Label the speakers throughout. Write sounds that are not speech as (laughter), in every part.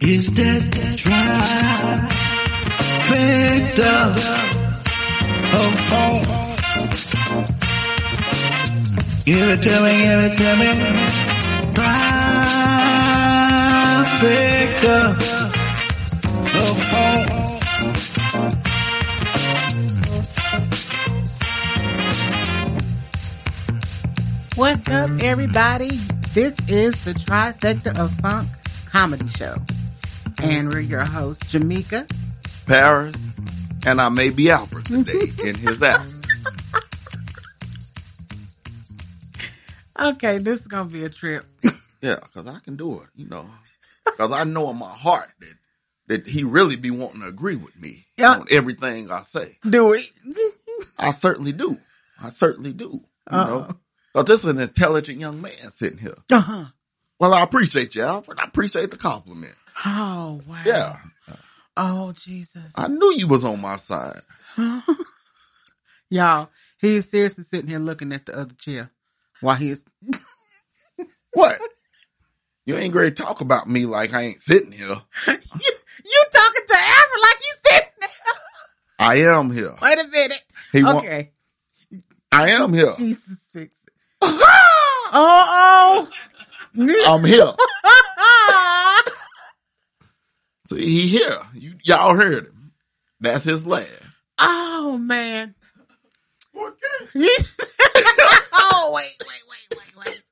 Speaker 1: Is that trifecta of hope? Give it to me, give it to me. Trifecta of hope.
Speaker 2: What's up, everybody? This is the Trifecta of Funk comedy show. And we're your hosts, Jamaica.
Speaker 3: Paris, and I may be
Speaker 2: (laughs)
Speaker 3: Albert today in his house.
Speaker 2: Okay, this is going to be a trip.
Speaker 3: Yeah, because I can do it, you know. Because I know in my heart that, that he really be wanting to agree with me
Speaker 2: Yeah.
Speaker 3: on everything I say.
Speaker 2: Do it.
Speaker 3: I certainly do. I certainly do. You
Speaker 2: Uh-oh.
Speaker 3: know, so this is an intelligent young man sitting here.
Speaker 2: (laughs) Uh-huh.
Speaker 3: Well, I appreciate you, Alfred. I appreciate the compliment.
Speaker 2: Oh, wow.
Speaker 3: Yeah,
Speaker 2: Oh, Jesus. (laughs)
Speaker 3: I knew you was on my side.
Speaker 2: Y'all, he is seriously sitting here looking at the other chair while he is.
Speaker 3: What? You ain't great talk about me like I ain't sitting
Speaker 2: (laughs)
Speaker 3: here.
Speaker 2: you, you talking to Alfred like you sitting there.
Speaker 3: I am here.
Speaker 2: Wait a minute.
Speaker 3: He want-
Speaker 2: okay.
Speaker 3: I am here.
Speaker 2: Jesus fix it. (gasps) (laughs) oh,
Speaker 3: I'm here.
Speaker 2: oh.
Speaker 3: See, he here. You y'all heard him. That's his laugh.
Speaker 2: (laughs) oh, man. (laughs)
Speaker 3: Okay.
Speaker 2: oh, wait, wait, wait, wait,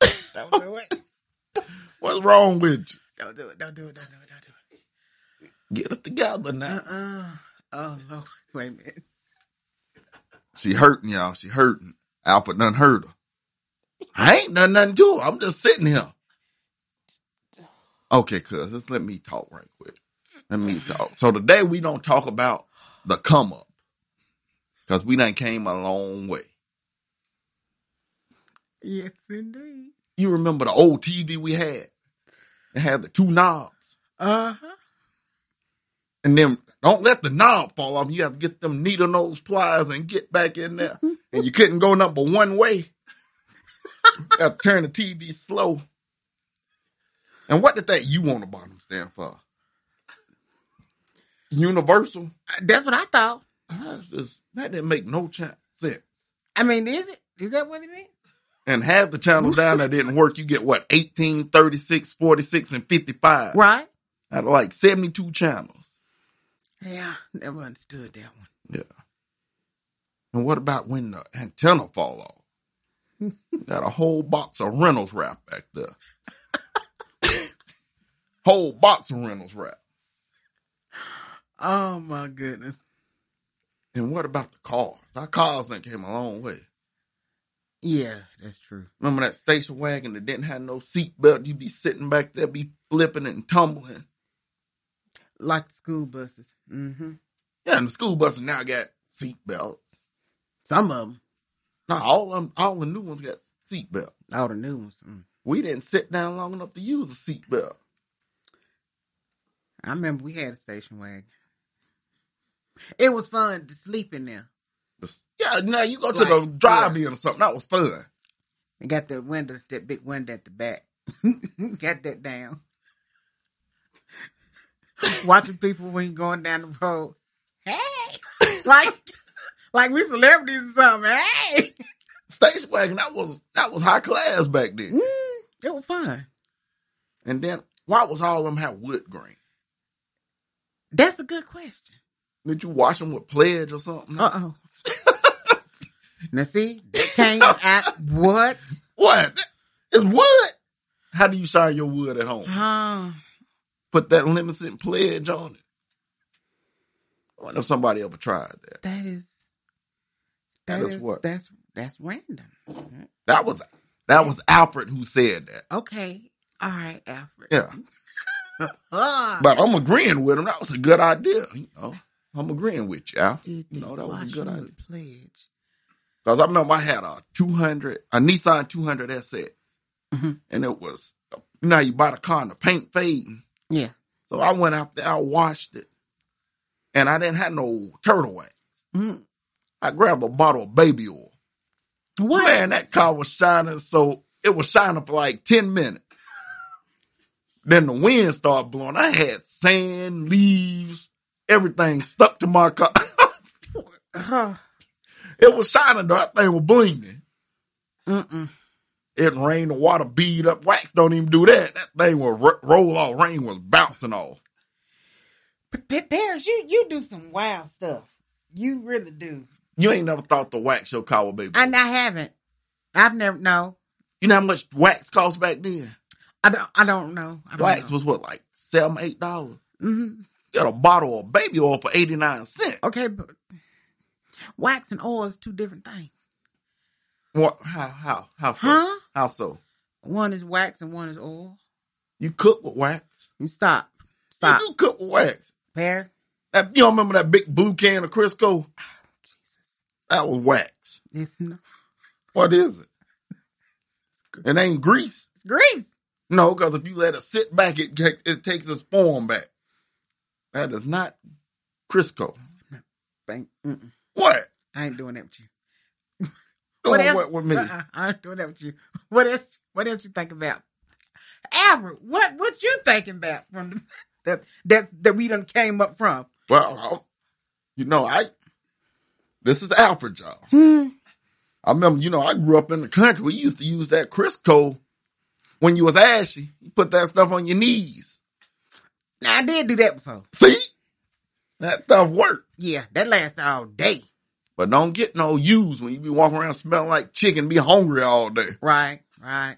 Speaker 2: wait. Don't do it.
Speaker 3: What's wrong with you?
Speaker 2: Don't do it. Don't do it. Don't do it. Don't do it.
Speaker 3: Get it together now.
Speaker 2: Uh-uh. Oh, Lord. Wait a minute.
Speaker 3: She hurting y'all. She hurting. Alpha done hurt her. I ain't done nothing to her. I'm just sitting here. Okay, cuz just let me talk right quick. Let me talk. So today we don't talk about the come up. Cause we done came a long way.
Speaker 2: Yes, indeed.
Speaker 3: You remember the old TV we had? It had the two knobs.
Speaker 2: Uh-huh.
Speaker 3: And then don't let the knob fall off. You have to get them needle nose pliers and get back in there. and you couldn't go nothing but one way. (laughs) You have to turn the TV slow. And what did that you on the bottom stand for? Universal?
Speaker 2: That's what I thought.
Speaker 3: That's just, that didn't make no cha- sense.
Speaker 2: I mean, is it? Is that what it means?
Speaker 3: And half the channels down that didn't work, you get what, 18, 36, 46, and 55.
Speaker 2: Right?
Speaker 3: Out of like 72 channels.
Speaker 2: Yeah. Never understood that one.
Speaker 3: Yeah. And what about when the antenna fall off? Got a whole box of Reynolds wrap back there. whole box of Reynolds wrap.
Speaker 2: Oh, my goodness.
Speaker 3: And what about the cars? Our cars done came a long way.
Speaker 2: Yeah, that's true.
Speaker 3: Remember that station wagon that didn't have no seat belt? You'd be sitting back there, be flipping and tumbling.
Speaker 2: Like the school buses. Mm-hmm.
Speaker 3: Yeah, and the school buses now got seat belts.
Speaker 2: Some of them.
Speaker 3: Now all them, all the new ones got seat belts.
Speaker 2: All the new ones. Mm.
Speaker 3: We didn't sit down long enough to use a seat belt.
Speaker 2: I remember we had a station wagon. It was fun to sleep in there.
Speaker 3: Yeah, now you go to
Speaker 2: Like,
Speaker 3: the drive-in or something. That was fun.
Speaker 2: And got the window, that big window at the back. (laughs) got that down. Watching people when going down the road. Hey! (laughs) like, like we celebrities or something. Hey!
Speaker 3: Station wagon. That was that was high class back then.
Speaker 2: Mm, it was fun.
Speaker 3: And then why was all them have wood grain?
Speaker 2: That's a good question.
Speaker 3: Did you wash them with pledge or something?
Speaker 2: Uh oh. now see, that came out what?
Speaker 3: What? It's wood. How do you shine your wood at home?
Speaker 2: Huh.
Speaker 3: Put that limited pledge on it. I wonder if somebody ever tried that.
Speaker 2: That is.
Speaker 3: That is what?
Speaker 2: That's that's random.
Speaker 3: That was that was Alfred who said that.
Speaker 2: Okay. All right, Alfred. (laughs)
Speaker 3: Yeah.
Speaker 2: Ah.
Speaker 3: But I'm agreeing with him. That was a good idea. You know, I'm agreeing with you, Alfred.
Speaker 2: Did
Speaker 3: You know, that was a good idea.
Speaker 2: Washington pledge.
Speaker 3: Cause I remember I had a 200, a Nissan 200 SX.
Speaker 2: Mhm.
Speaker 3: And it was, you know, how you buy the car and the paint fading.
Speaker 2: Yeah.
Speaker 3: So I went out there, I washed it. And I didn't have no turtle wax.
Speaker 2: Mm.
Speaker 3: I grabbed a bottle of baby oil.
Speaker 2: What?
Speaker 3: Man, that car was shining. So it was shining for like 10 minutes. Then the wind started blowing. I had sand, leaves, everything stuck to my car. (laughs)
Speaker 2: Huh.
Speaker 3: it was shining though. That thing was blinging.
Speaker 2: Mm-mm.
Speaker 3: It rained, the water bead up. Wax don't even do that. That thing would r- roll off. Rain was bouncing off.
Speaker 2: But, but Parrish, you you do some wild stuff. You really do.
Speaker 3: You ain't never thought to wax your car, baby.
Speaker 2: And I haven't. I've never. No,
Speaker 3: You know how much wax cost back then?
Speaker 2: I don't. I don't know. I don't
Speaker 3: Wax
Speaker 2: know.
Speaker 3: was what, like seven, eight dollars?
Speaker 2: Mhm.
Speaker 3: Got a bottle of baby oil for 89 cents.
Speaker 2: Okay, but wax and oil is two different things,
Speaker 3: What? How? How? How so?
Speaker 2: huh?
Speaker 3: How so?
Speaker 2: One is wax and one is oil.
Speaker 3: You cook with wax.
Speaker 2: You stop,
Speaker 3: You
Speaker 2: stop,
Speaker 3: do cook with wax.
Speaker 2: Parrish.
Speaker 3: That, you don't remember that big blue can of Crisco?
Speaker 2: Oh, Jesus,
Speaker 3: That was wax.
Speaker 2: it's not
Speaker 3: What is it?
Speaker 2: (laughs)
Speaker 3: It ain't grease.
Speaker 2: it's grease.
Speaker 3: No, because if you let it sit back, it ta- it takes its form back. That is not Crisco.
Speaker 2: Bang. Mm-mm.
Speaker 3: What?
Speaker 2: I ain't doing that with you.
Speaker 3: Doing
Speaker 2: else-
Speaker 3: what with me?
Speaker 2: Uh-uh, I ain't doing that with you. What else? What else you think about, Albert? What what you thinking about from the, (laughs) that that that we done came up from?
Speaker 3: Well, I- you know, I this is Alfred, y'all.
Speaker 2: Hmm.
Speaker 3: I remember, you know, I grew up in the country. We used to use that Crisco when you was ashy. You put that stuff on your knees.
Speaker 2: Now I did do that before.
Speaker 3: See? That stuff worked.
Speaker 2: Yeah, that lasts all day,
Speaker 3: But don't get no use when you be walking around smelling like chicken, be hungry all day.
Speaker 2: right? Right.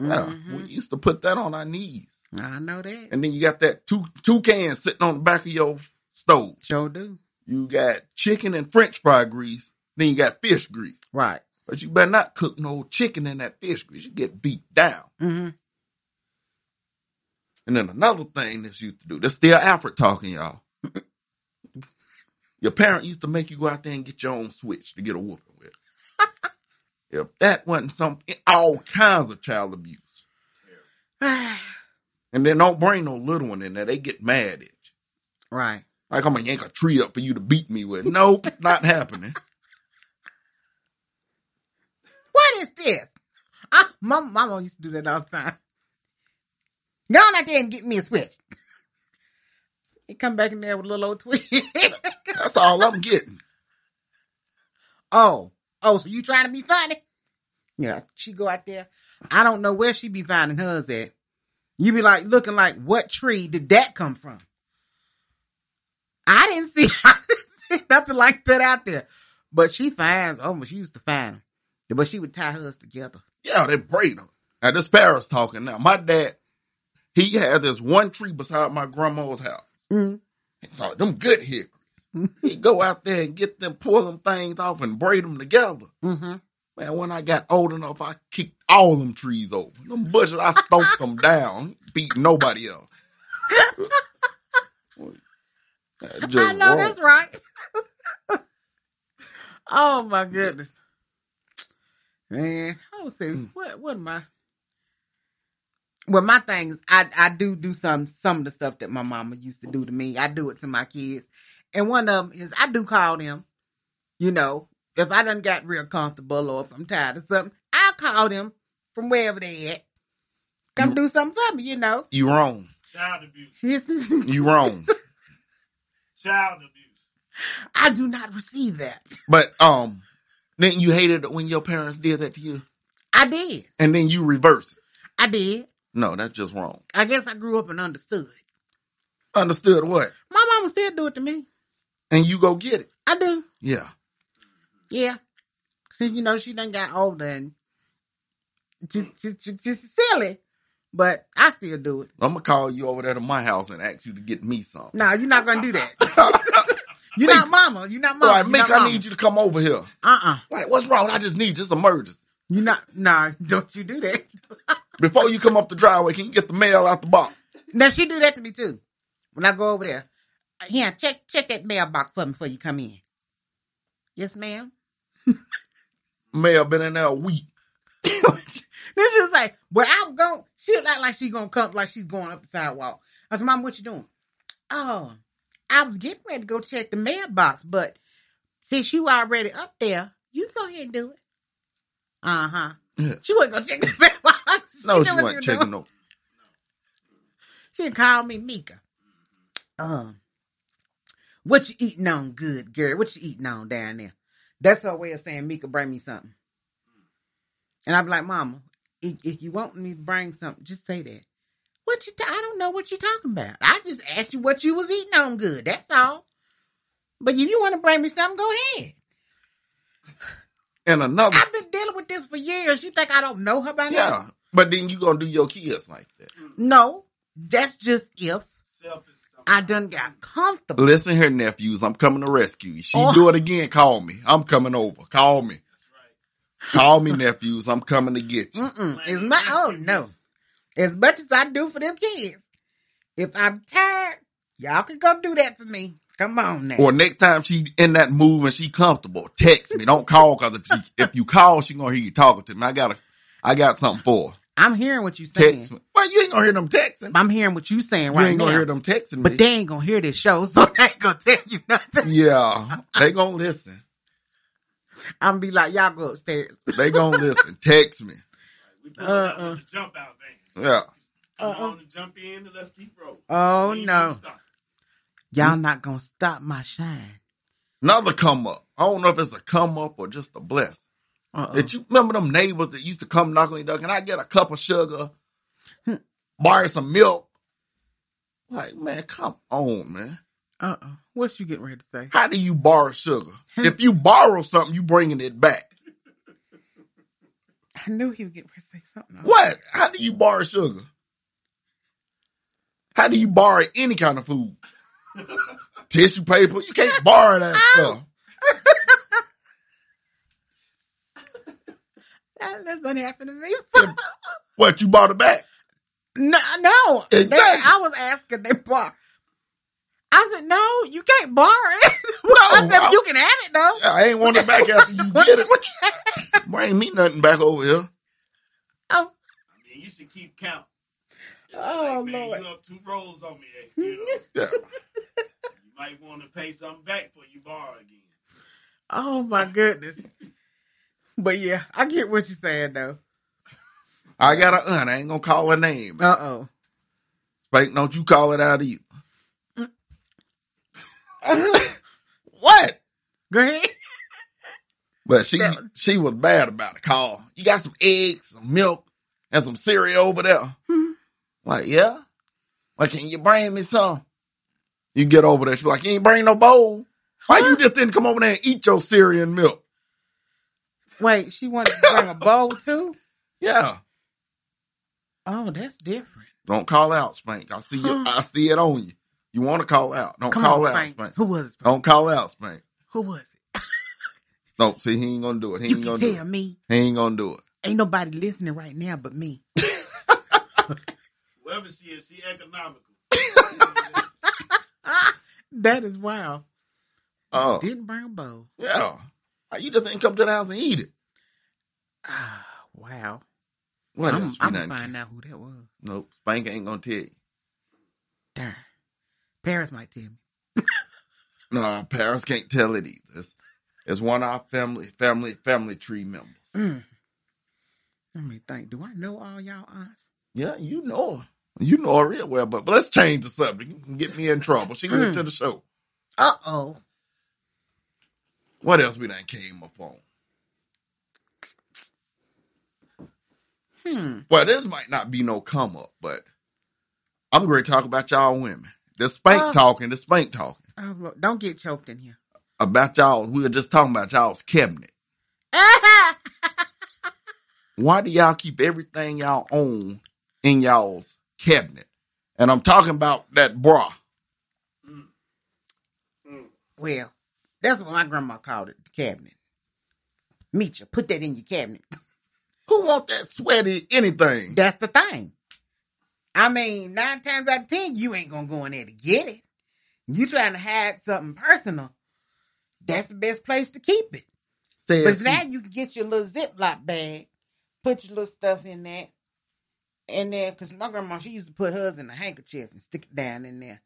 Speaker 3: Yeah,
Speaker 2: Mhm.
Speaker 3: we used to put that on our knees.
Speaker 2: I know that.
Speaker 3: And then you got that two two cans sitting on the back of your stove.
Speaker 2: Sure do.
Speaker 3: You got chicken and French fry grease. Then you got fish grease.
Speaker 2: Right.
Speaker 3: But you better not cook no chicken in that fish grease. You get beat down.
Speaker 2: Mm-hmm.
Speaker 3: And then another thing this used to do, this still Alfred talking, y'all. your parent used to make you go out there and get your own switch to get a whooping with. if that wasn't some all kinds of child abuse. And then don't bring no little one in there. They get mad at you.
Speaker 2: (sighs) right.
Speaker 3: Like I'm gonna yank a tree up for you to beat me with. Nope, not happening.
Speaker 2: What is this? I, my my mom used to do that all the time. Go on out there and get me a switch. He come back in there with a little old twig.
Speaker 3: That's all I'm getting.
Speaker 2: (laughs) oh, oh, so you trying to be funny? Yeah, she go out there. I don't know where she be finding hers at. You be like looking like, what tree did that come from? I didn't see, (laughs) I didn't see nothing like that out there. But she finds, oh, she used to find them. But she would tie hers together.
Speaker 3: Yeah, they braid them. Now this Paris talking now. My dad, he had this one tree beside my grandma's house.
Speaker 2: Mm.
Speaker 3: So them good hickories. he go out there and get them, pull them things off and braid them together.
Speaker 2: Mm-hmm.
Speaker 3: Man, when I got old enough, I kicked all them trees over. Them bushes, I stomped them down, beat
Speaker 2: (laughs)
Speaker 3: nobody else. That just
Speaker 2: I know
Speaker 3: wrong.
Speaker 2: that's right. (laughs) oh my goodness, man! I was saying, what what am I? Well, my thing is, I I do do some some of the stuff that my mama used to do to me. I do it to my kids, and one of them is I do call them. You know, if I done got real comfortable or if I'm tired of something, I'll call them from wherever they at. Come
Speaker 3: You-
Speaker 2: do something for me, you know. (laughs)
Speaker 3: You wrong.
Speaker 4: Child abuse.
Speaker 3: You wrong.
Speaker 4: Child abuse.
Speaker 2: I do not receive that.
Speaker 3: But um, then you hated it when your parents did that to you,
Speaker 2: I did.
Speaker 3: and then you reverse it.
Speaker 2: I did.
Speaker 3: No, that's just wrong.
Speaker 2: I guess I grew up and understood.
Speaker 3: Understood what?
Speaker 2: My mama still do it to me.
Speaker 3: And you go get it.
Speaker 2: I do.
Speaker 3: Yeah.
Speaker 2: Yeah. See, you know, she done got older and just, just, just, just silly, but I still do it.
Speaker 3: I'm gonna call you over there to my house and ask you to get me some. (laughs)
Speaker 2: No, you're not gonna do that. You're
Speaker 3: Mink.
Speaker 2: not mama. You're not mama.
Speaker 3: Like,
Speaker 2: You're
Speaker 3: Mink,
Speaker 2: not
Speaker 3: I need you to come over here.
Speaker 2: Uh uh-uh. uh.
Speaker 3: Like, what's wrong? I just need just emergency.
Speaker 2: you are not. Nah, don't you do that.
Speaker 3: Before you come up the driveway, can you get the mail out the box?
Speaker 2: (laughs) Now she do that to me too. When I go over there, yeah, check check that mailbox for me before you come in. Yes, ma'am.
Speaker 3: Mail been in there a week.
Speaker 2: This is like, well, I'm going. She look like, like she gonna come, like she's going up the sidewalk. I said, Mom, what you doing? Oh, I was getting ready to go check the mailbox, but since you already up there, you go ahead and do it. Uh huh.
Speaker 3: Yeah.
Speaker 2: She wasn't gonna check the (laughs) mailbox.
Speaker 3: No,
Speaker 2: knew
Speaker 3: she
Speaker 2: what
Speaker 3: wasn't
Speaker 2: were
Speaker 3: checking
Speaker 2: doing.
Speaker 3: no.
Speaker 2: She called me Mika. Um, what you eating on, good girl? What you eating on down there? That's her way of saying Mika, bring me something. And I'm like, Mama, if, if you want me to bring something, just say that. What you? Ta- I don't know what you're talking about. I just asked you what you was eating on, good. That's all. But if you want to bring me something, go ahead.
Speaker 3: And another,
Speaker 2: I've been dealing with this for years. You think I don't know her by now?
Speaker 3: yeah. But then you gonna do your kids like that.
Speaker 2: No, that's just if
Speaker 4: Selfish. sometimes.
Speaker 2: I done got comfortable.
Speaker 3: Listen here, nephews, I'm coming to rescue you. She
Speaker 2: Oh.
Speaker 3: do it again, call me. I'm coming over. Call me.
Speaker 4: That's right.
Speaker 3: Call me, nephews. I'm coming to get you.
Speaker 2: Mm-mm.
Speaker 4: Plan
Speaker 2: It's
Speaker 4: to
Speaker 2: my oh
Speaker 4: rescue
Speaker 2: no.
Speaker 4: this.
Speaker 2: As much as I do for them kids, if I'm tired, y'all can go do that for me. Come on now.
Speaker 3: Or next time she in that move and she comfortable, text me. Don't call because if, she- if you call, she gonna hear you talking to me. I got to I got something for her.
Speaker 2: I'm hearing what you
Speaker 3: Text
Speaker 2: saying.
Speaker 3: me. Well, you ain't gonna hear them texting.
Speaker 2: I'm hearing what you saying
Speaker 3: You
Speaker 2: right
Speaker 3: ain't gonna
Speaker 2: now.
Speaker 3: hear them texting
Speaker 2: But
Speaker 3: me.
Speaker 2: they ain't gonna hear this show, (laughs) so they ain't gonna tell you nothing.
Speaker 3: yeah, they gonna listen.
Speaker 2: I'm be like, y'all go upstairs.
Speaker 3: They gonna listen. Text me.
Speaker 4: We pulling up
Speaker 2: Uh-uh.
Speaker 4: with the jump out van.
Speaker 3: Yeah.
Speaker 4: Come
Speaker 2: Uh-uh.
Speaker 4: on, jump in and let's keep rolling.
Speaker 2: Oh
Speaker 4: We ain't
Speaker 2: no.
Speaker 4: gonna stop.
Speaker 2: Y'all not gonna stop my shine.
Speaker 3: Another come up. I don't know if it's a come up or just a blessing.
Speaker 2: Uh
Speaker 3: That you remember them neighbors that used to come knock on your door, can I get a cup of sugar, borrow some milk? Like, man, come on, man.
Speaker 2: uh uh. What you getting ready to say?
Speaker 3: How do you borrow sugar? if you borrow something, you bringing it back.
Speaker 2: I knew he was getting ready to say something.
Speaker 3: What? How do you borrow sugar? How do you borrow any kind of food? Tissue paper? You can't borrow that stuff.
Speaker 2: That, that's gonna happen to me.
Speaker 3: What, you bought it back?
Speaker 2: No, no. They-
Speaker 3: Exactly.
Speaker 2: I was asking they bar. I said, no, you can't borrow it. (laughs) I said,
Speaker 3: I-
Speaker 2: you can have it though.
Speaker 3: Yeah, I ain't want it back after you get it. What you, bring me nothing back over here.
Speaker 2: Oh,
Speaker 4: I mean, you should keep count.
Speaker 2: Oh,
Speaker 4: man,
Speaker 2: Lord.
Speaker 4: You up two rolls on me. eh, You,
Speaker 2: (laughs)
Speaker 4: know, you
Speaker 3: Yeah.
Speaker 4: might want to pay something back before you borrow again.
Speaker 2: oh my goodness. But yeah, I get what you're saying though.
Speaker 3: I got an aunt. I ain't gonna call her name.
Speaker 2: Uh
Speaker 3: (laughs)
Speaker 2: oh.
Speaker 3: Spank, don't you call it out either. What?
Speaker 2: Go ahead.
Speaker 3: But she
Speaker 2: Yeah.
Speaker 3: she was bad about the call. You got some eggs, some milk, and some cereal over there.
Speaker 2: Hmm.
Speaker 3: Like, yeah. Like, can you bring me some? You get over there. She like, you ain't bring no bowl. Why you just didn't come over there and eat your cereal and milk?
Speaker 2: Wait, she wanted to bring a bowl too?
Speaker 3: Yeah.
Speaker 2: Oh, that's different.
Speaker 3: Don't call out, Spank. I see you.
Speaker 2: Huh.
Speaker 3: I see it on you. You want to call out? Don't
Speaker 2: Come
Speaker 3: call
Speaker 2: on,
Speaker 3: out,
Speaker 2: Spank.
Speaker 3: Spank.
Speaker 2: Who was it?
Speaker 3: Don't call out, Spank.
Speaker 2: Who was it?
Speaker 3: Nope. See, he ain't gonna do it. He
Speaker 2: You
Speaker 3: ain't
Speaker 2: can
Speaker 3: gonna do
Speaker 2: tell
Speaker 3: it.
Speaker 2: me.
Speaker 3: He ain't gonna do it.
Speaker 2: Ain't nobody listening right now but me. (laughs)
Speaker 4: Whoever she is, she
Speaker 2: (laughs)
Speaker 4: economical.
Speaker 2: that is wild.
Speaker 3: Oh,
Speaker 2: Didn't bring a bowl.
Speaker 3: yeah. Like, You just didn't come to the house and eat it.
Speaker 2: Ah, wow.
Speaker 3: What
Speaker 2: I'm,
Speaker 3: else? We
Speaker 2: I'm gonna
Speaker 3: done-
Speaker 2: find out who that was.
Speaker 3: Nope. Spank ain't gonna tell you.
Speaker 2: Darn. Paris might tell me.
Speaker 3: No, Paris can't tell it either. It's, it's one of our family, family, family tree members.
Speaker 2: Mm. Let me think. Do I know all y'all aunts?
Speaker 3: Yeah, you know her. You know her real well, but, but let's change the subject. You can get me in trouble. She went to the show.
Speaker 2: Uh oh.
Speaker 3: What else we done came up on?
Speaker 2: Hmm.
Speaker 3: Well, this might not be no come up, but I'm going to talk about y'all women. The spank
Speaker 2: Uh.
Speaker 3: talking, the spank talking
Speaker 2: Oh, Lord. Don't get choked in here.
Speaker 3: about y'all. We were just talking about y'all's cabinet. Why do y'all keep everything y'all own in y'all's cabinet? And I'm talking about that bra.
Speaker 2: well, that's what my grandma called it the cabinet. Meet you. Put that in your cabinet.
Speaker 3: Who want that sweaty anything?
Speaker 2: That's the thing. I mean, nine times out of ten, you ain't gonna go in there to get it. You trying to hide something personal. That's the best place to keep it.
Speaker 3: Says
Speaker 2: But
Speaker 3: who?
Speaker 2: now you can get your little Ziploc bag, put your little stuff in that, and then because my grandma she used to put hers in a handkerchief and stick it down in there,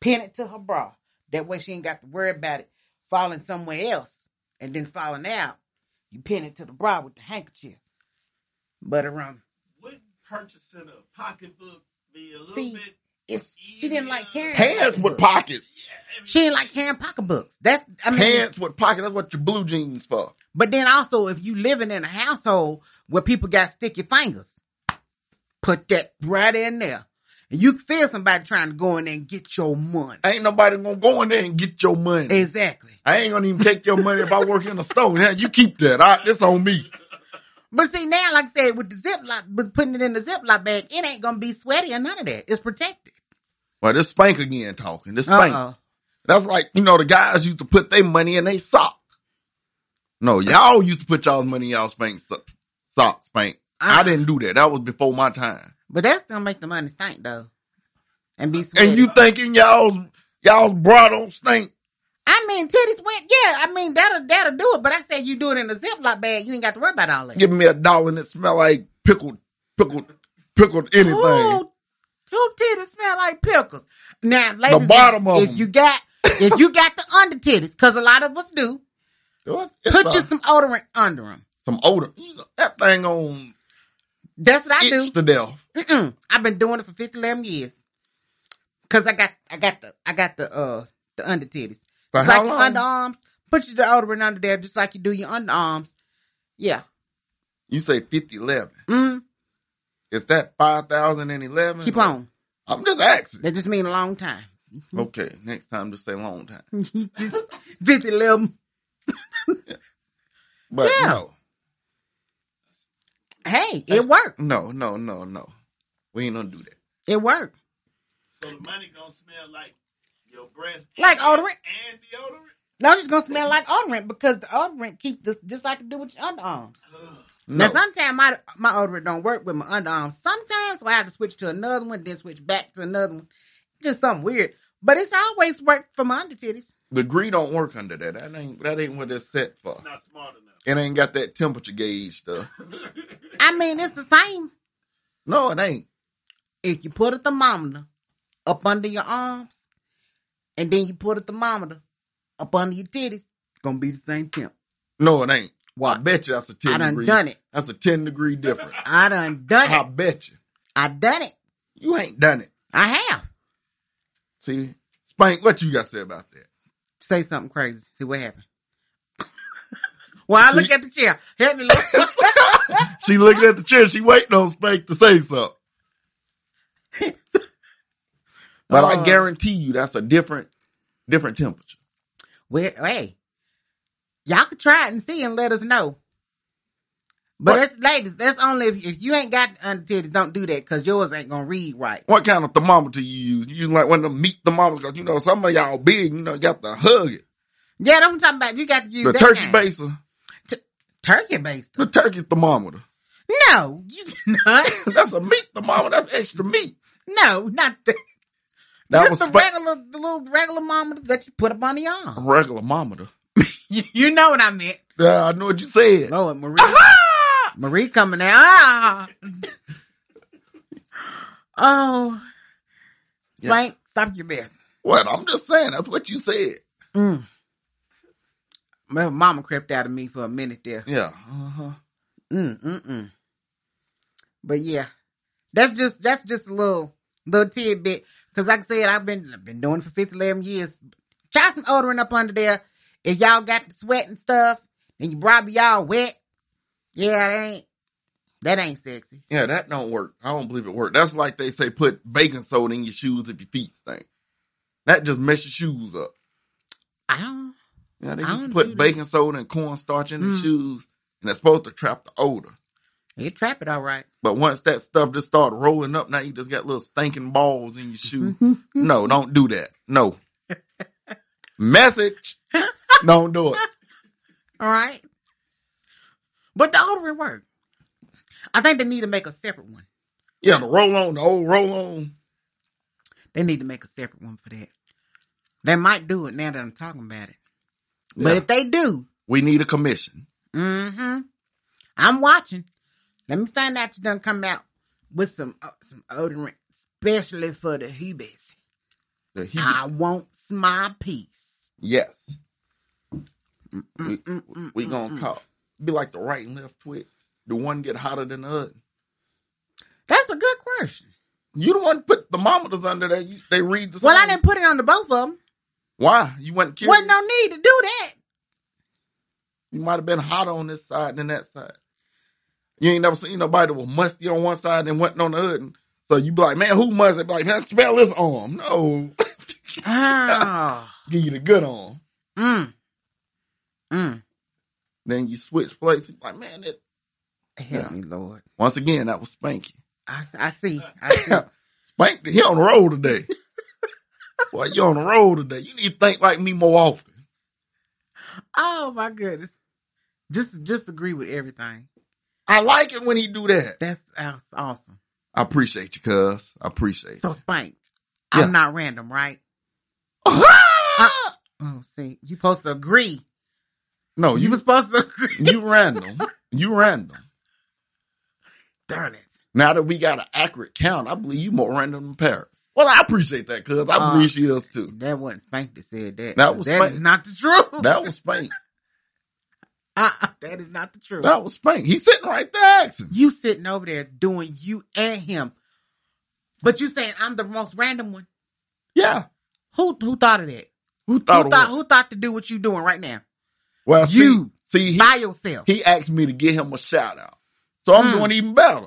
Speaker 2: pin it to her bra. That way she ain't got to worry about it falling somewhere else and then falling out. You pin it to the bra with the handkerchief. But um, around
Speaker 4: Would purchasing a pocketbook be a little
Speaker 2: See.
Speaker 4: bit
Speaker 2: If she didn't like carrying
Speaker 3: Hands with pockets.
Speaker 2: She didn't like carrying pocketbooks. That's I mean
Speaker 3: Hands with pockets. That's what your blue jeans for.
Speaker 2: But then also, if you living in a household where people got sticky fingers, put that right in there. And you feel somebody trying to go in there and get your money.
Speaker 3: Ain't nobody gonna go in there and get your money.
Speaker 2: Exactly.
Speaker 3: I ain't gonna even take your money if I work in the store. Yeah, you keep that. I, this on me.
Speaker 2: But see, now, like I said, with the Ziploc, with putting it in the Ziploc bag, it ain't going to be sweaty or none of that. It's protected.
Speaker 3: Well, this spank again talking. This spank.
Speaker 2: Uh-uh.
Speaker 3: That's like you know the guys used to put their money in their sock. No, y'all used to put y'all's money in y'all spank so- sock spank. I
Speaker 2: Uh-uh.
Speaker 3: didn't do that. That was before my time.
Speaker 2: But that's going to make the money stink, though. And be sweaty.
Speaker 3: And you thinking y'all's y'all's bra don't stink?
Speaker 2: I mean, titties went, yeah, I mean, that'll, that'll do it. But I said you do it in a Ziploc bag, you ain't got to worry about all that.
Speaker 3: Give me a dollar and it smell like pickled, pickled, pickled anything.
Speaker 2: Who, who titties smell like pickles? Now, ladies,
Speaker 3: bottom of
Speaker 2: if
Speaker 3: them.
Speaker 2: you got if you got the under titties, because a lot of us do,
Speaker 3: What?
Speaker 2: put
Speaker 3: It's
Speaker 2: you
Speaker 3: a-
Speaker 2: some odorant under them.
Speaker 3: some odor. You know, That thing on
Speaker 2: That's what I do.
Speaker 3: itch to death.
Speaker 2: Mm-mm. I've been doing it for fifty eleven years. Cause I got I got the I got the uh the under titties.
Speaker 3: For
Speaker 2: Just
Speaker 3: how
Speaker 2: like your
Speaker 3: long?
Speaker 2: underarms, put you the odorant under there, just like you do your underarms. Yeah.
Speaker 3: You say fifty eleven.
Speaker 2: Mm,
Speaker 3: Is that five thousand and eleven?
Speaker 2: keep on.
Speaker 3: I'm just asking.
Speaker 2: That just mean a long time. (laughs)
Speaker 3: Okay, next time just say long time.
Speaker 2: Fifty eleven.
Speaker 3: But
Speaker 2: Yeah.
Speaker 3: no,
Speaker 2: Hey, it worked.
Speaker 3: no, no, no, no. We ain't gonna do that.
Speaker 2: It worked.
Speaker 4: So the money gonna smell like your breast.
Speaker 2: Like
Speaker 4: and-
Speaker 2: odorant?
Speaker 4: And deodorant?
Speaker 2: No, it's just gonna smell like odorant because the odorant keep the, just like it do with your underarms.
Speaker 3: No.
Speaker 2: Now, sometimes my my odorant don't work with my underarms. Sometimes I have to switch to another one, then switch back to another one. Just something weird, but it's always worked for my under titties.
Speaker 3: the gree don't work under that. That ain't that ain't what it's set for.
Speaker 4: It's not smart enough.
Speaker 3: It ain't got that temperature gauge stuff.
Speaker 2: I mean, it's the same.
Speaker 3: No, it ain't.
Speaker 2: If you put a thermometer up under your arms, and then you put a thermometer up under your titties, it's gonna be the same temp.
Speaker 3: No, it ain't. I
Speaker 2: Why?
Speaker 3: bet you that's a ten
Speaker 2: I done
Speaker 3: degree.
Speaker 2: done it.
Speaker 3: That's a ten degree difference.
Speaker 2: I done done
Speaker 3: I
Speaker 2: (laughs) it.
Speaker 3: bet you.
Speaker 2: I done it.
Speaker 3: You ain't done it.
Speaker 2: I have.
Speaker 3: See, Spank, what you got to say about that?
Speaker 2: say something crazy. See what happened. (laughs) well, I look at the chair. Help me look.
Speaker 3: She looking at the chair. She waiting on Spank to
Speaker 2: (laughs)
Speaker 3: say something. But I
Speaker 2: Uh.
Speaker 3: guarantee you, that's a different, different temperature.
Speaker 2: (laughs) well, hey, y'all could try it and see and let us know. But
Speaker 3: What?
Speaker 2: that's ladies. That's only if, if you ain't got under titties. Don't do that because yours ain't gonna read right.
Speaker 3: What kind of thermometer you use? You use like one of them meat thermometers because you know some of y'all big. You know, got to hug it.
Speaker 2: Yeah, that's what I'm talking about. You got to use
Speaker 3: The
Speaker 2: that
Speaker 3: turkey
Speaker 2: kind.
Speaker 3: baster,
Speaker 2: Turkey based.
Speaker 3: the turkey thermometer.
Speaker 2: No, you not.
Speaker 3: That's a meat thermometer. That's extra meat.
Speaker 2: (laughs) no, not the,
Speaker 3: That
Speaker 2: just
Speaker 3: was
Speaker 2: the
Speaker 3: Spank-
Speaker 2: regular, the little regular mama that you put up on the
Speaker 3: a
Speaker 2: arm. (laughs)
Speaker 3: regular thermometer.
Speaker 2: You, you know what I meant.
Speaker 3: Yeah, I know what
Speaker 2: (laughs)
Speaker 3: you said.
Speaker 2: Lord, Oh, Marie. Marie coming out. Ah. oh.
Speaker 3: Yeah.
Speaker 2: Frank, stop your best.
Speaker 3: What? I'm just saying. That's what you said.
Speaker 2: Mm. My mama crept out of me for a minute there.
Speaker 3: Yeah. Uh-huh.
Speaker 2: Mm, mm, mm. But yeah, that's just that's just a little little tidbit. Cause like I said, I've been I've been doing it for 50, 11 years. Try some odoring up under there. If y'all got the sweat and stuff, and you probably y'all wet. Yeah, that ain't that ain't sexy.
Speaker 3: Yeah, that don't work. I don't believe it worked. That's like they say put baking soda in your shoes if your feet stink. That just mess your shoes up.
Speaker 2: I don't.
Speaker 3: Yeah, they
Speaker 2: I
Speaker 3: used to
Speaker 2: don't do
Speaker 3: put
Speaker 2: that.
Speaker 3: baking soda and cornstarch in the
Speaker 2: Mm.
Speaker 3: shoes, and it's supposed to trap the odor.
Speaker 2: It trap it all right.
Speaker 3: But once that stuff just started rolling up, now you just got little stinking balls in your shoe. no, don't do that. No. Message. Don't do it.
Speaker 2: All right. But the odorant work. I think they need to make a separate one.
Speaker 3: Yeah, the roll on, the old roll on.
Speaker 2: They need to make a separate one for that. They might do it now that I'm talking about it. But
Speaker 3: Yeah.
Speaker 2: if they do,
Speaker 3: We need a commission.
Speaker 2: mm-hmm, I'm watching. Let me find out you done come out with some uh, some odorant, especially for the heebies.
Speaker 3: The heat.
Speaker 2: I want my piece.
Speaker 3: Yes. We,
Speaker 2: mm,
Speaker 3: we gonna call be like the right and left twigs. The one get hotter than the other.
Speaker 2: That's a good question.
Speaker 3: You the one put thermometers under there. You, they read the.
Speaker 2: Well, I
Speaker 3: same.
Speaker 2: didn't put it on the both of them.
Speaker 3: Why? You wasn't curious.
Speaker 2: Wasn't no need to do that.
Speaker 3: You might have been hotter on this side than that side. You ain't never seen nobody that was musty on one side and wasn't on the other. So you be like, man, who musty? Be like, man, smell this arm. No, (laughs)
Speaker 2: Oh.
Speaker 3: give you the good arm.
Speaker 2: mm. Mm.
Speaker 3: Then you switch places. You Like, man, that.
Speaker 2: Help
Speaker 3: Yeah.
Speaker 2: me, Lord.
Speaker 3: Once again, that was Spanky.
Speaker 2: I, I see. I
Speaker 3: (laughs)
Speaker 2: see.
Speaker 3: Spanky, he on the
Speaker 2: (laughs)
Speaker 3: road today. Boy, you on the road today. You need to think like me more often.
Speaker 2: oh my goodness. Just just agree with everything.
Speaker 3: I like it when he do that.
Speaker 2: That's, that's awesome.
Speaker 3: I appreciate you, cuz. I appreciate (laughs)
Speaker 2: So Spank,
Speaker 3: Yeah.
Speaker 2: I'm not random, right?
Speaker 3: you.
Speaker 2: Oh, see, you supposed to agree.
Speaker 3: no,
Speaker 2: You, were
Speaker 3: Oh, you
Speaker 2: supposed to agree. (laughs)
Speaker 3: you random. You random.
Speaker 2: Darn it.
Speaker 3: Now that we got an accurate count, I believe you more random than Paris. Well, I appreciate that, cuz. I
Speaker 2: Uh,
Speaker 3: believe she is too.
Speaker 2: That wasn't Spank that said that.
Speaker 3: That was
Speaker 2: That
Speaker 3: Spank.
Speaker 2: is not the truth.
Speaker 3: That
Speaker 2: (laughs)
Speaker 3: was Spank.
Speaker 2: Uh-uh, that is not the truth.
Speaker 3: That was Spank. He's sitting right there asking.
Speaker 2: You sitting over there doing you and him. But you saying I'm the most random one.
Speaker 3: Yeah.
Speaker 2: Who who thought of that?
Speaker 3: Who
Speaker 2: Who
Speaker 3: thought,
Speaker 2: thought,
Speaker 3: of it?
Speaker 2: who thought to do what you doing right now?
Speaker 3: Well, see-
Speaker 2: you.
Speaker 3: See, he,
Speaker 2: By yourself.
Speaker 3: he asked me to give him a shout out. So I'm
Speaker 2: Mm.
Speaker 3: doing even better.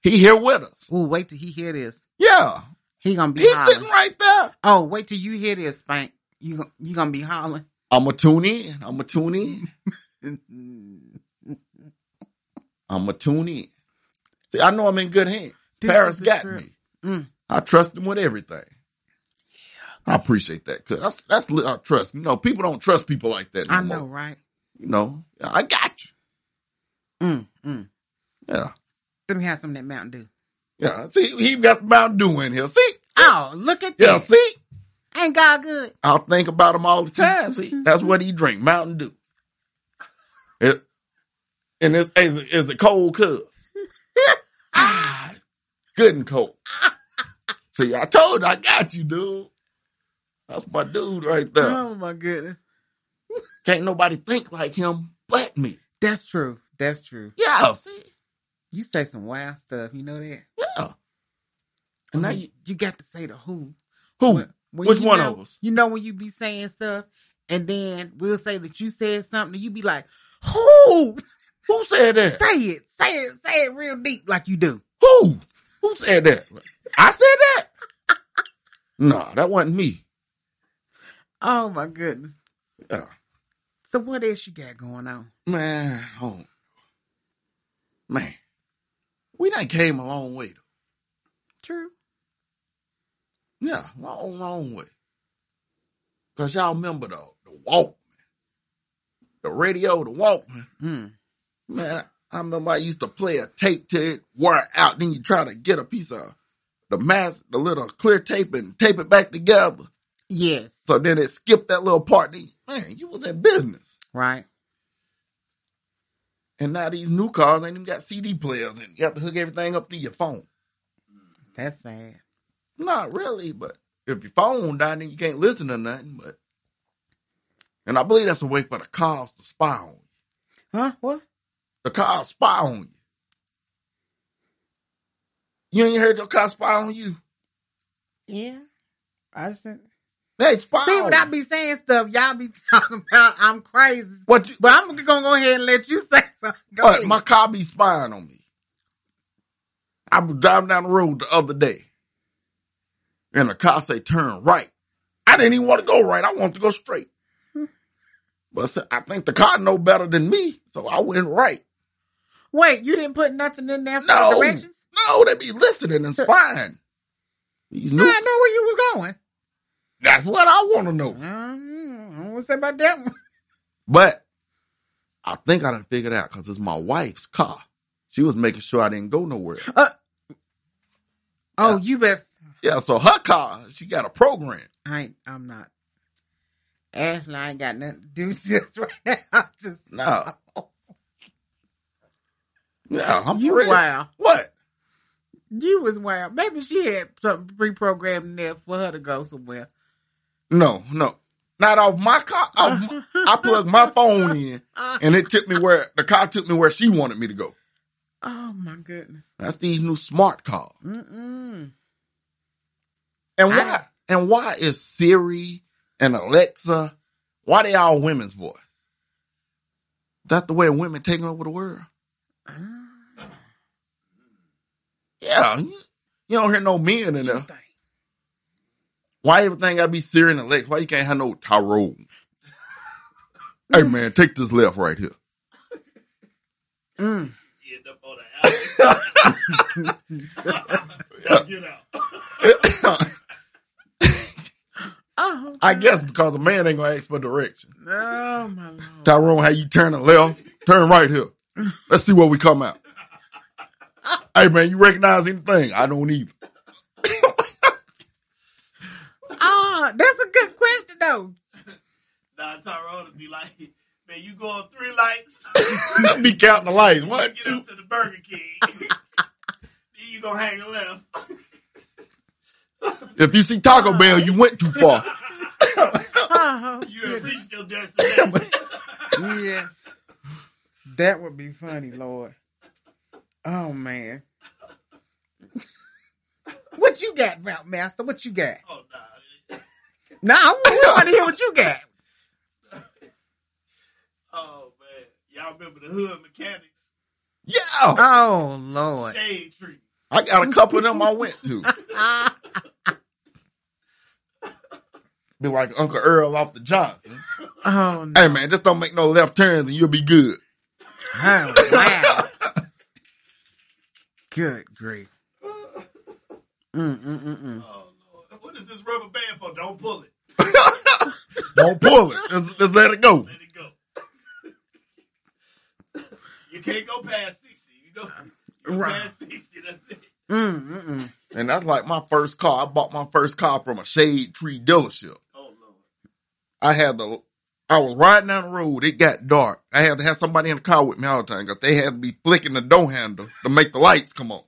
Speaker 3: He here with us.
Speaker 2: Ooh, wait till he hear this.
Speaker 3: Yeah.
Speaker 2: He gonna be
Speaker 3: He's
Speaker 2: hollering.
Speaker 3: sitting right there.
Speaker 2: Oh, wait till you hear this, Spank. You gon- you gonna be hollering.
Speaker 3: I'ma tune in. I'ma tune in.
Speaker 2: (laughs)
Speaker 3: I'ma tune in. See, I know I'm in good hands.
Speaker 2: This
Speaker 3: Paris
Speaker 2: is the
Speaker 3: got
Speaker 2: truth.
Speaker 3: me.
Speaker 2: Mm.
Speaker 3: I trust him with everything. I appreciate that. Cause that's that's li- I trust. You know, people don't trust people like that. No
Speaker 2: I know,
Speaker 3: More.
Speaker 2: right?
Speaker 3: You know, I got you.
Speaker 2: Mm, mm.
Speaker 3: Yeah,
Speaker 2: Let me have some of that Mountain Dew.
Speaker 3: yeah. See, he got Mountain Dew in here. See,
Speaker 2: Oh, look at
Speaker 3: yeah.
Speaker 2: this.
Speaker 3: See,
Speaker 2: Ain't God good?
Speaker 3: I'll think about him all the time. See, that's what he drink, Mountain Dew. It, and it's, it's, it's a cold (laughs) cuz. ah, good and cold. See, I told you, I got you, dude. That's my dude right there.
Speaker 2: Oh my goodness.
Speaker 3: Can't nobody think like him but me.
Speaker 2: That's true. That's true.
Speaker 3: Yeah, see,
Speaker 2: You say some wild stuff. You know that.
Speaker 3: yeah. And now you,
Speaker 2: you got to say the who.
Speaker 3: who?
Speaker 2: When- when
Speaker 3: Which
Speaker 2: you
Speaker 3: one
Speaker 2: know-
Speaker 3: of us?
Speaker 2: You know when you be saying stuff, and then we'll say that you said something, and you be like, "Who?
Speaker 3: Who said that?
Speaker 2: Say it, say it, say it real deep, like you do."
Speaker 3: Who? Who said that? I said that? (laughs) nah, that wasn't me.
Speaker 2: Oh my goodness!
Speaker 3: Yeah.
Speaker 2: So what else you got going on?
Speaker 3: Man, oh. Man. We done came a long way though.
Speaker 2: True.
Speaker 3: Yeah, long, long way. Cause y'all remember the the Walkman. The radio, the Walkman.
Speaker 2: Hmm.
Speaker 3: Man, I remember I used to play a tape to it, wear it out, then you try to get a piece of the mask, the little clear tape and tape it back together.
Speaker 2: Yes.
Speaker 3: So then it skipped that little part. Then, man, you was in business.
Speaker 2: Right.
Speaker 3: And now these new cars ain't even got CD players in. it. You have to hook everything up to your phone.
Speaker 2: That's sad.
Speaker 3: Not really, but if your phone died, then you can't listen to nothing. But and I believe that's a way for the cars to spy on you.
Speaker 2: Huh? What?
Speaker 3: The cars spy on you. You ain't heard your car spy on you.
Speaker 2: Yeah. I oh. should.
Speaker 3: They spy
Speaker 2: See
Speaker 3: on
Speaker 2: what I
Speaker 3: you.
Speaker 2: be saying stuff. Y'all be (laughs) talking about. I'm crazy.
Speaker 3: What you?
Speaker 2: But I'm gonna go ahead and let you (laughs) say something. Go
Speaker 3: But
Speaker 2: ahead.
Speaker 3: my car be spying on me. I was driving down the road the other day, and the car say turn right. I didn't even want to go right. I wanted to go straight.
Speaker 2: Hmm.
Speaker 3: But I said, I think the car know better than me, so I went right.
Speaker 2: Wait, you didn't put nothing in there for
Speaker 3: No.
Speaker 2: directions?
Speaker 3: No, they be listening and spying. These
Speaker 2: No,
Speaker 3: new,
Speaker 2: I know where you were going.
Speaker 3: that's what I want to know.
Speaker 2: Um, I don't want to say about that one.
Speaker 3: But I think I done figured out because it's my wife's car. She was making sure I didn't go nowhere.
Speaker 2: (laughs) Oh, you best.
Speaker 3: Yeah, so her car, she got a program.
Speaker 2: I ain't, I'm not. Ashley, I ain't got nothing to do with this (laughs) right now. I'm Just,
Speaker 3: No. Yeah, I'm
Speaker 2: you
Speaker 3: for real.
Speaker 2: wild.
Speaker 3: What?
Speaker 2: You was wild. Maybe she had something pre-programmed in there for her to go somewhere.
Speaker 3: No, no. Not off my car.
Speaker 2: Oh,
Speaker 3: Off my-
Speaker 2: (laughs)
Speaker 3: I plugged my phone in
Speaker 2: Ah,
Speaker 3: and it took me where the car took me where she wanted me to go.
Speaker 2: oh my goodness.
Speaker 3: That's these new smart cars.
Speaker 2: Mm-mm.
Speaker 3: And
Speaker 2: I
Speaker 3: why? And why is Siri and Alexa? Why they all women's voice? That the way women taking over the world? Yeah, you, you don't hear no men in there. Why everything gotta be Siri and Alexa? Why you can't have no Tyrone? hey man, take this left right here. (coughs)
Speaker 2: Mm.
Speaker 4: You end up on
Speaker 3: (laughs)
Speaker 4: the alley. Get out.
Speaker 2: Oh,
Speaker 3: I guess because a man ain't gonna ask for direction.
Speaker 2: oh my lord.
Speaker 3: Tyrone, how you turn the left? Turn right here. Let's see where we come out. hey man, you recognize anything? I don't either. (laughs)
Speaker 2: Ah, that's a good question (laughs) though.
Speaker 4: Now Tyrone would be like, man, you go up three lights, (laughs)
Speaker 3: be counting the lights. One,
Speaker 4: get
Speaker 3: two.
Speaker 4: up to the Burger King. (laughs) then you gonna hang a left. (laughs)
Speaker 3: If you see Taco Bell, you went too far.
Speaker 2: Oh,
Speaker 4: You have reached your destination.
Speaker 3: (laughs)
Speaker 4: (laughs)
Speaker 2: yeah. That would be funny, Lord. Oh man. What you got, Route Master? What you got?
Speaker 4: oh nah.
Speaker 2: Nah, I want to hear what you got.
Speaker 4: Oh man. Y'all remember the hood mechanics?
Speaker 3: Yeah,
Speaker 2: Oh Lord.
Speaker 4: Shade tree.
Speaker 3: I got a couple of them I went to.
Speaker 2: Ah,
Speaker 3: Be like Uncle Earl off the Johnson.
Speaker 2: oh no.
Speaker 3: Hey man, just don't make no left turns and you'll be good. (laughs)
Speaker 2: Oh, wow. Good grief. Mm, Mm-mm-mm-mm.
Speaker 4: Oh Lord. What is this rubber band for? Don't pull it.
Speaker 3: Don't pull it. Just, just let it go.
Speaker 4: Let it go. (laughs) you can't go past sixty. You go, you go
Speaker 2: Right.
Speaker 4: past sixty, that's it.
Speaker 2: Mm, Mm-mm-mm.
Speaker 3: And that's like my first car. I bought my first car from a shade tree dealership.
Speaker 4: Oh Lord.
Speaker 3: I had the I was riding down the road. It got dark. I had to have somebody in the car with me all the time because they had to be flicking the door handle to make the lights come on.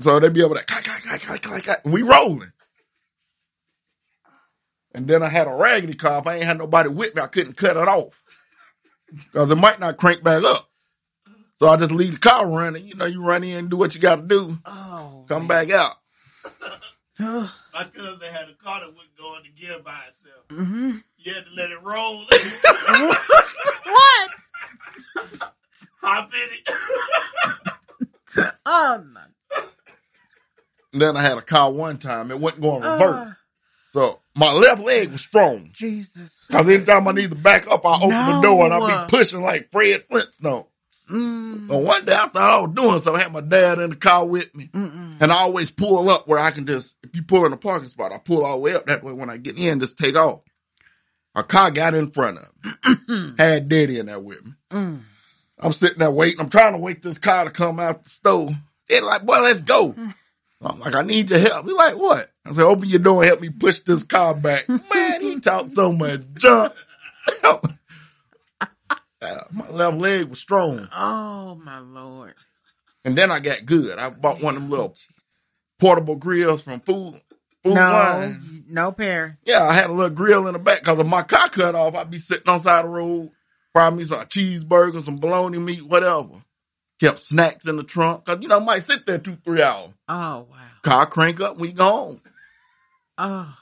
Speaker 3: So they'd be able to clack, clack, clack, clack, clack, clack, and we rolling. And then I had a raggedy car. If I ain't had nobody with me, I couldn't cut it off because it might not crank back up. So I just leave the car running. You know, you run in, do what you got to do,
Speaker 2: Oh.
Speaker 3: come back out.
Speaker 2: man.
Speaker 4: My cousin had a car that wouldn't go in the gear by itself.
Speaker 2: Mhm.
Speaker 4: You had to let it roll. (laughs)
Speaker 2: What?
Speaker 4: Hop in it. (laughs)
Speaker 2: Oh no.
Speaker 3: And then I had a car one time. It wasn't going reverse.
Speaker 2: Oh,
Speaker 3: So my left leg was strong.
Speaker 2: Jesus.
Speaker 3: Cause anytime I need to back up, I open the
Speaker 2: No.
Speaker 3: door and I be pushing like Fred Flintstone.
Speaker 2: Mm.
Speaker 3: So one day I thought I was doing something. I had my dad in the car with me.
Speaker 2: Mm-mm.
Speaker 3: And I always pull up where I can just, if you pull in a parking spot, I pull all the way up. That way when I get in, just take off. A car got in front
Speaker 2: (clears throat)
Speaker 3: of me. had daddy in there with me.
Speaker 2: Mm.
Speaker 3: I'm sitting there waiting. I'm trying to wait this car to come out the store. They're like, boy, let's go. I'm like, I need your help. He's like, what? I said, open your door and help me push this car back. Man, he talked so much junk. Uh, My left leg was strong.
Speaker 2: Oh my lord.
Speaker 3: And then I got good. I bought one of them little portable grills from Food. Food
Speaker 2: No,
Speaker 3: Lion.
Speaker 2: no Paris.
Speaker 3: Yeah, I had a little grill in the back because if my car cut off, I'd be sitting on the side of the road, fry me some cheeseburger, some bologna meat, whatever. Kept snacks in the trunk because, you know, I might sit there two, three hours.
Speaker 2: Oh wow.
Speaker 3: Car crank up, we gone.
Speaker 2: Oh.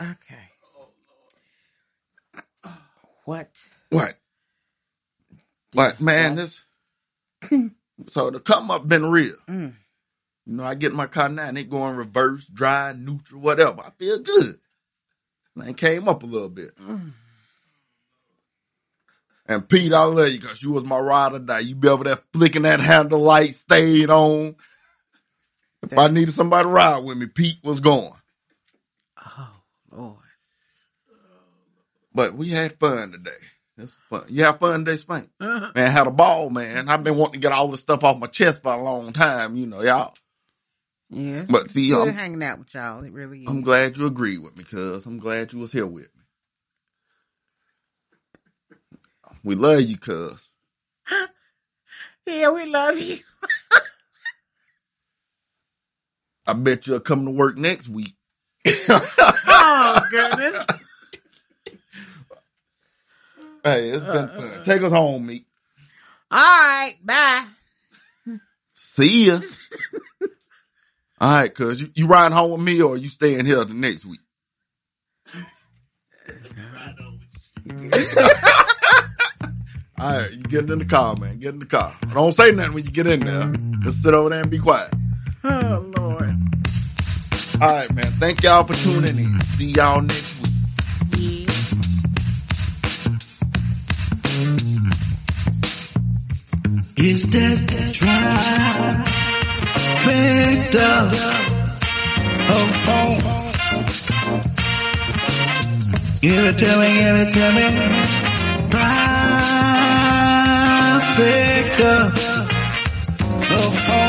Speaker 2: Okay. What?
Speaker 3: What? But, man, this. (laughs) so the come up been real.
Speaker 2: Mm.
Speaker 3: You know, I get in my car now and it going reverse, dry, neutral, whatever. I feel good. And I came up a little bit.
Speaker 2: Mm.
Speaker 3: And Pete, I love you because you was my ride or die. You be over there flicking that handle light, stayed on. If I needed somebody to ride with me, Pete was gone.
Speaker 2: Oh lord.
Speaker 3: But we had fun today. It's fun. You have fun today, Spank?
Speaker 2: Uh,
Speaker 3: Man, I had a ball, man. I've been wanting to get all this stuff off my chest for a long time, you know, y'all.
Speaker 2: yeah.
Speaker 3: But see,
Speaker 2: Good
Speaker 3: I'm,
Speaker 2: hanging out with y'all. It really is.
Speaker 3: I'm glad you agreed with me, cuz. I'm glad you was here with me. We love you, cuz.
Speaker 2: Yeah, we love you. (laughs)
Speaker 3: I bet you'll come to work next week.
Speaker 2: Oh goodness.
Speaker 3: Hey, it's been fun. Take us home, meet.
Speaker 2: All right. Bye.
Speaker 3: See ya. All right, cuz you, you riding home with me or you staying here the next week?
Speaker 4: Ride on with you.
Speaker 3: All right, you get in the car, man. Get in the car. Don't say nothing when you get in there. Just sit over there and be quiet.
Speaker 2: Oh Lord.
Speaker 3: All right, man. Thank y'all for tuning in. See y'all next week.
Speaker 2: Yeah.
Speaker 1: Is that right? Victor. Oh, oh. Give it to me, give it to me. Right, Victor. Oh, oh.